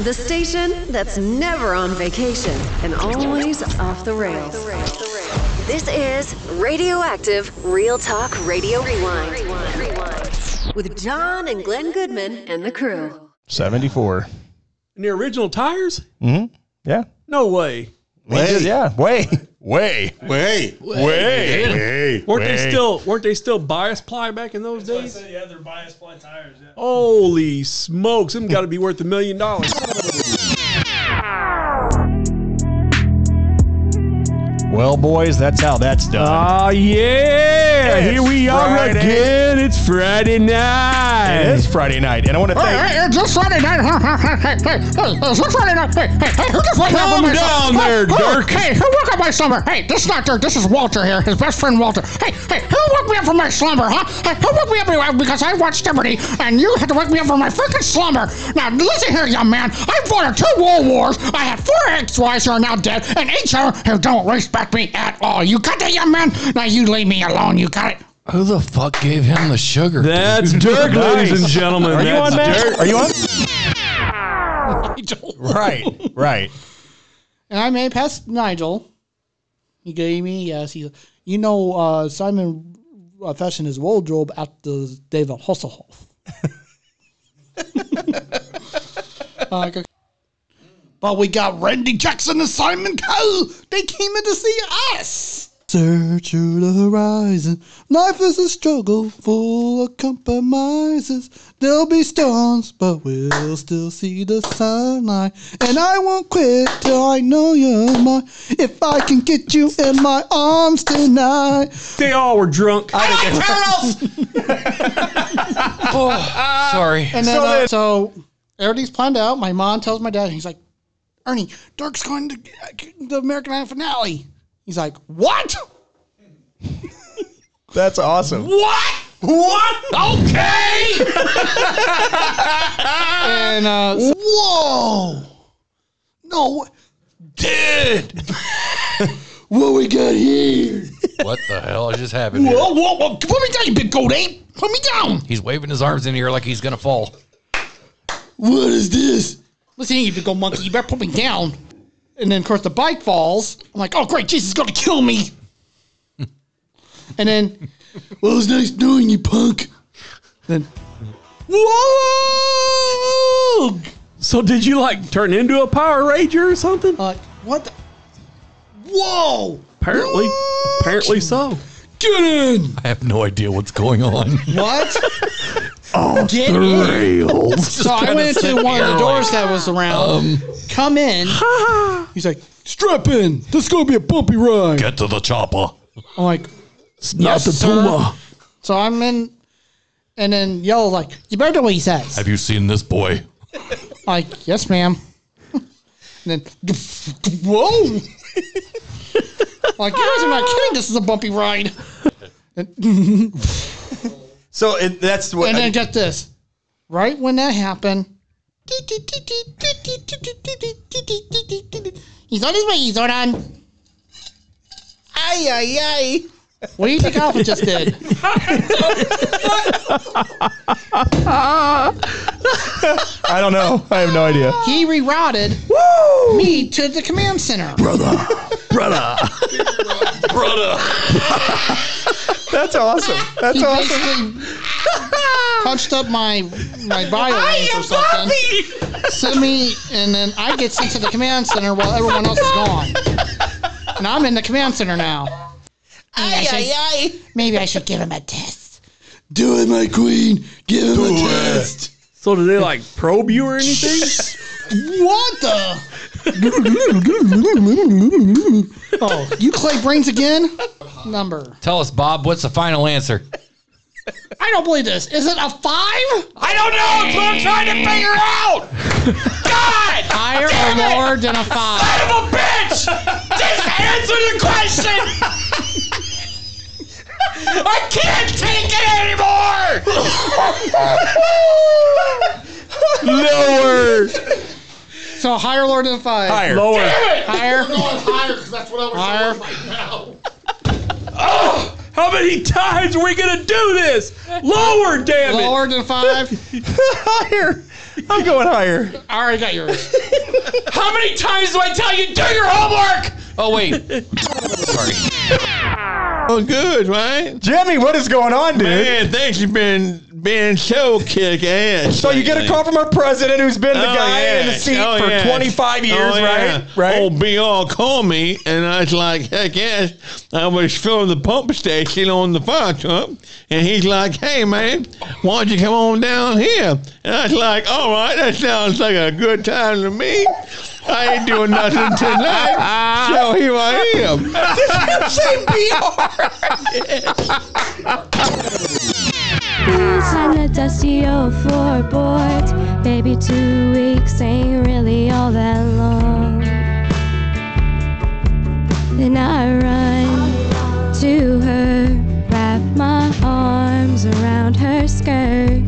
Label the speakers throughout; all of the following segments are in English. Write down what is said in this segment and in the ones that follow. Speaker 1: The station that's never on vacation and always off the rails. This is Radioactive Real Talk Radio Rewind with John and Glenn Goodman and the crew.
Speaker 2: 74.
Speaker 3: And the original tires?
Speaker 2: Yeah.
Speaker 3: No way.
Speaker 2: Inches,
Speaker 4: Wait,
Speaker 2: yeah. Way. Way.
Speaker 4: wait,
Speaker 2: Way. Way.
Speaker 3: Weren't they
Speaker 2: Way.
Speaker 3: still weren't they still bias ply back in those
Speaker 5: I
Speaker 3: days?
Speaker 5: said, yeah, they're bias fly tires. Yeah.
Speaker 3: Holy smokes, them gotta be worth a million dollars.
Speaker 2: Well, boys, that's how that's done.
Speaker 3: Oh yeah!
Speaker 2: It's
Speaker 3: Here we are
Speaker 2: Friday.
Speaker 3: again. It's Friday night.
Speaker 2: it is Friday night, and I want to thank.
Speaker 6: Hey, hey, it's this Friday night. Hey, hey, hey, it's this Friday night. Hey, hey, hey, who just woke up
Speaker 3: Calm
Speaker 6: on my
Speaker 3: down
Speaker 6: summer? Hey,
Speaker 3: there,
Speaker 6: who-
Speaker 3: Dirk.
Speaker 6: Hey, who woke up my slumber? Hey, this is not Dirk. This is Walter here, his best friend Walter. Hey, hey, who woke me up from my slumber, huh? Hey, who woke me up because I watched Jeopardy and you had to wake me up from my freaking slumber? Now, listen here, young man. I fought in two world wars. I had four ex-wives who are now dead and each are who don't respect me at all. You got that, young man? Now, you leave me alone. You got it?
Speaker 7: Who the fuck gave him the sugar?
Speaker 3: That's Dirk, ladies and gentlemen.
Speaker 2: Are you
Speaker 3: That's
Speaker 2: on,
Speaker 3: Dirk.
Speaker 2: Matt? Are you on? Right, right.
Speaker 6: And I may pass Nigel. He gave me, yes, he, you know, uh, Simon uh, fashioned his wardrobe at the David Hasselhoff. Uh, go- but we got Randy Jackson and Simon Cowell. They came in to see us. Search through the horizon. Life is a struggle full of compromises. There'll be storms, but we'll still see the sunlight. And I won't quit till I know you're mine. If I can get you in my arms tonight.
Speaker 3: They all were drunk.
Speaker 7: oh, sorry.
Speaker 6: And then, so, uh, so everything's planned out. My mom tells my dad, and he's like, Ernie, Dirk's going to uh, the American Idol finale. He's like, What?
Speaker 2: That's awesome.
Speaker 6: What? What? Okay. and uh, so- whoa, no, dude, what we got here?
Speaker 7: What the hell just happened? here?
Speaker 6: Whoa, whoa, whoa! Put me down, you big goat ape! Put me down!
Speaker 7: He's waving his arms in the air like he's gonna fall.
Speaker 6: What is this? Listen here, you big old monkey. You better put me down. And then, of course, the bike falls. I'm like, oh, great, Jesus is going to kill me. and then, well, it was nice knowing you, punk. Then, whoa!
Speaker 3: So did you like turn into a Power Ranger or something?
Speaker 6: Like, what the? Whoa!
Speaker 3: Apparently, apparently so.
Speaker 6: Get in!
Speaker 7: I have no idea what's going on.
Speaker 6: What? oh, Get in! So I went into one of the doors that was around. Come in. He's like, strap in. This is going to be a bumpy ride.
Speaker 7: Get to the chopper.
Speaker 6: I'm like,
Speaker 3: It's not
Speaker 6: Yes, sir. So I'm in, and then yell like, "You better do what he says."
Speaker 7: Have you seen this boy?
Speaker 6: like, yes, ma'am. and then, whoa! like, you guys are not kidding. This is a bumpy ride.
Speaker 2: So it, that's what.
Speaker 6: And then get this. Right when that happened, he's on his way. He's on. Ay ay ay! What do you think Alpha just did?
Speaker 2: I don't know. I have no idea.
Speaker 6: He rerouted me to the command center.
Speaker 2: That's awesome. That's
Speaker 6: he
Speaker 2: awesome.
Speaker 6: basically punched up my my bio link or something. Sent me, and then I get sent to the command center while everyone else is gone. And I'm in the command center now. Maybe, I, should, maybe I should give him a test.
Speaker 4: Do it, my queen. Give him a test.
Speaker 3: So did they like probe you or anything?
Speaker 6: What the? oh, you play brains again? Number.
Speaker 7: Tell us, Bob, what's the final answer?
Speaker 6: I don't believe this. Is it a five?
Speaker 7: I don't know. That's what I'm trying to figure out.
Speaker 6: Higher or lower than a five?
Speaker 7: Son of a bitch! Just answer the question. I can't take it anymore.
Speaker 3: Lower,
Speaker 6: So higher or lower than a five?
Speaker 2: Higher.
Speaker 3: lower.
Speaker 6: Higher.
Speaker 4: higher because that's what I was
Speaker 6: Higher.
Speaker 4: right now.
Speaker 3: How many times are we gonna do this? Lower, damn it!
Speaker 6: Lower than five.
Speaker 2: Higher.
Speaker 3: I'm going higher.
Speaker 7: I already got yours. How many times do I tell you do your homework? Oh wait, sorry.
Speaker 2: Oh, good, right?
Speaker 3: Jimmy, what is going on, dude?
Speaker 2: Man, thanks for being being so kick ass.
Speaker 3: So you get a call from a president who's been the
Speaker 2: Oh,
Speaker 3: guy
Speaker 2: yeah.
Speaker 3: in the seat
Speaker 2: Oh,
Speaker 3: for
Speaker 2: yeah.
Speaker 3: 25 years,
Speaker 2: Oh, yeah.
Speaker 3: right? Right.
Speaker 2: Old B all called me, and I was like, heck yes. I was filling the pump station on the fire truck, and he's like, hey, man, why don't you come on down here? And I was like, all right, that sounds like a good time to me. I ain't doing nothing tonight. so here I am.
Speaker 8: Boots on the dusty old floorboards. Baby, two weeks ain't really all that long. Then I run to her, wrap my arms around her skirt.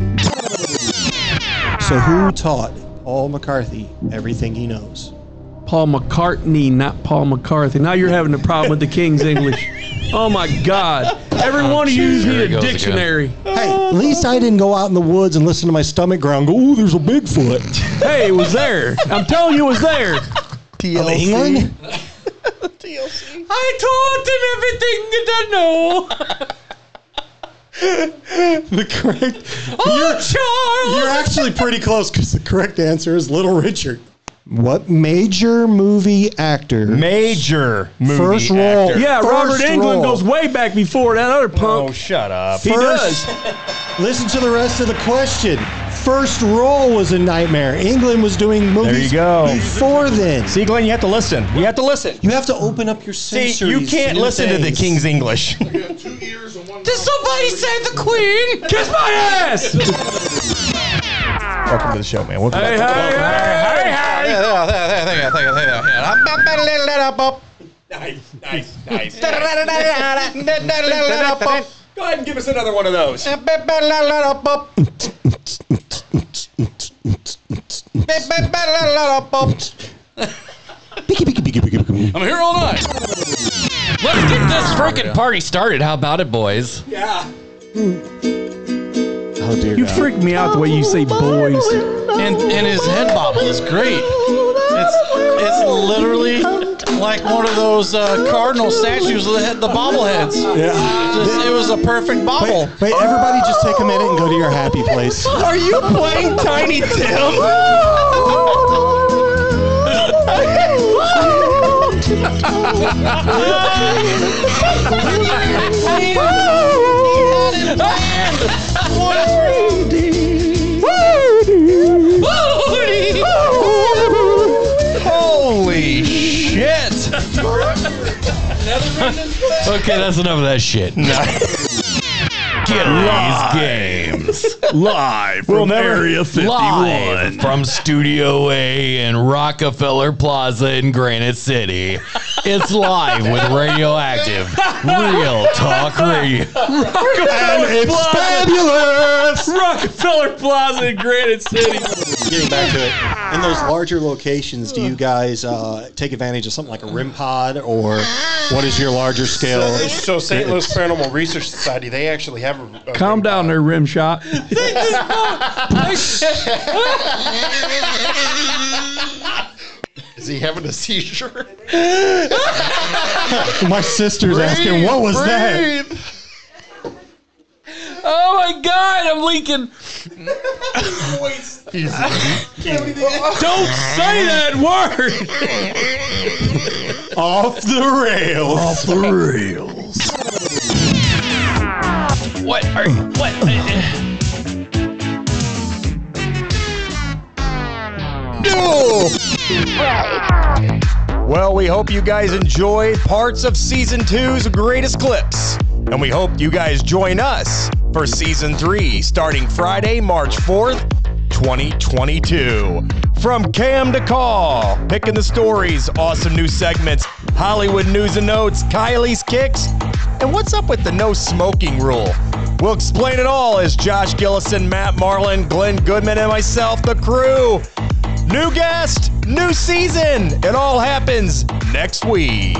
Speaker 9: So, who taught Paul McCarthy everything he knows?
Speaker 10: Paul McCartney, not Paul McCarthy. Now you're having a problem with the King's English. Oh my God! Every
Speaker 3: Oh,
Speaker 10: one of you
Speaker 7: There
Speaker 10: need
Speaker 7: it
Speaker 10: a
Speaker 7: goes again.
Speaker 10: dictionary.
Speaker 9: Hey, at least I didn't go out in the woods and listen to my stomach growl and go, ooh, there's a Bigfoot.
Speaker 10: Hey, it was there. I'm telling you, it was there.
Speaker 9: Of England?
Speaker 10: I taught him everything that I know.
Speaker 9: The correct.
Speaker 10: Oh, child.
Speaker 9: You're actually pretty close because the correct answer is Little Richard. What major movie actor?
Speaker 3: Major movie
Speaker 9: First role.
Speaker 3: actor.
Speaker 10: Yeah,
Speaker 9: First
Speaker 10: Robert England
Speaker 9: roll.
Speaker 10: goes way back before that other
Speaker 3: Oh,
Speaker 10: punk.
Speaker 3: shut up.
Speaker 10: he
Speaker 9: First-
Speaker 10: does.
Speaker 9: Listen to the rest of the question. First role was a nightmare. England was doing movies
Speaker 3: go.
Speaker 9: before then.
Speaker 3: See, Glenn, you have to listen. You have to listen.
Speaker 9: you have to open up your
Speaker 3: See,
Speaker 9: sensories.
Speaker 3: you can't
Speaker 9: new
Speaker 3: listen to the
Speaker 9: things.
Speaker 3: King's English.
Speaker 7: Did somebody save the queen?
Speaker 10: Kiss my ass. hey,
Speaker 3: Welcome to the show, man. Welcome
Speaker 10: hey,
Speaker 3: back.
Speaker 10: hey, hey, hey.
Speaker 7: Nice, nice.
Speaker 3: Go ahead and give us another one of those.
Speaker 7: I'm here all night. Let's get this freaking party started. How about it, boys?
Speaker 9: Oh dear.
Speaker 10: You
Speaker 9: God.
Speaker 10: freaked me out the way you say boys.
Speaker 7: And and his head bobble is great. It's it's literally like one of those uh, cardinal statues with the, head, the bobbleheads.
Speaker 9: Yeah.
Speaker 7: Just, it was a perfect bobble.
Speaker 9: Wait, wait, everybody, just take a minute and go to your happy place.
Speaker 3: Are you playing Tiny Tim? Holy shit!
Speaker 7: Okay, that's enough of that shit.
Speaker 2: Live
Speaker 3: We'll never.
Speaker 7: Live from Studio A in Rockefeller Plaza in Granite City. It's live with Radioactive Real Talk Radio.
Speaker 9: It's fabulous.
Speaker 10: Rockefeller Plaza in Granite City.
Speaker 9: Getting back to it, in those larger locations, do you guys uh, take advantage of something like a rim pod, or what is your larger scale?
Speaker 11: So St. Louis Paranormal Research Society, they actually have a, a
Speaker 10: Calm down there, rim shot.
Speaker 11: Is he having a seizure?
Speaker 9: My sister's asking, what was that?
Speaker 7: Oh my God, I'm leaking.
Speaker 10: Don't say that word.
Speaker 9: Off the rails. Off the rails.
Speaker 7: What are what? Uh,
Speaker 3: Well, we hope you guys enjoyed parts of season two's greatest clips, and we hope you guys join us for season three starting Friday, March 4th, 2022. From Cam to Call, picking the stories, awesome new segments, Hollywood news and notes, Kylie's kicks, and what's up with the no smoking rule? We'll explain it all as Josh Gillison, Matt Marlin, Glenn Goodman, and myself, the crew. New guest, new season. It all happens next week.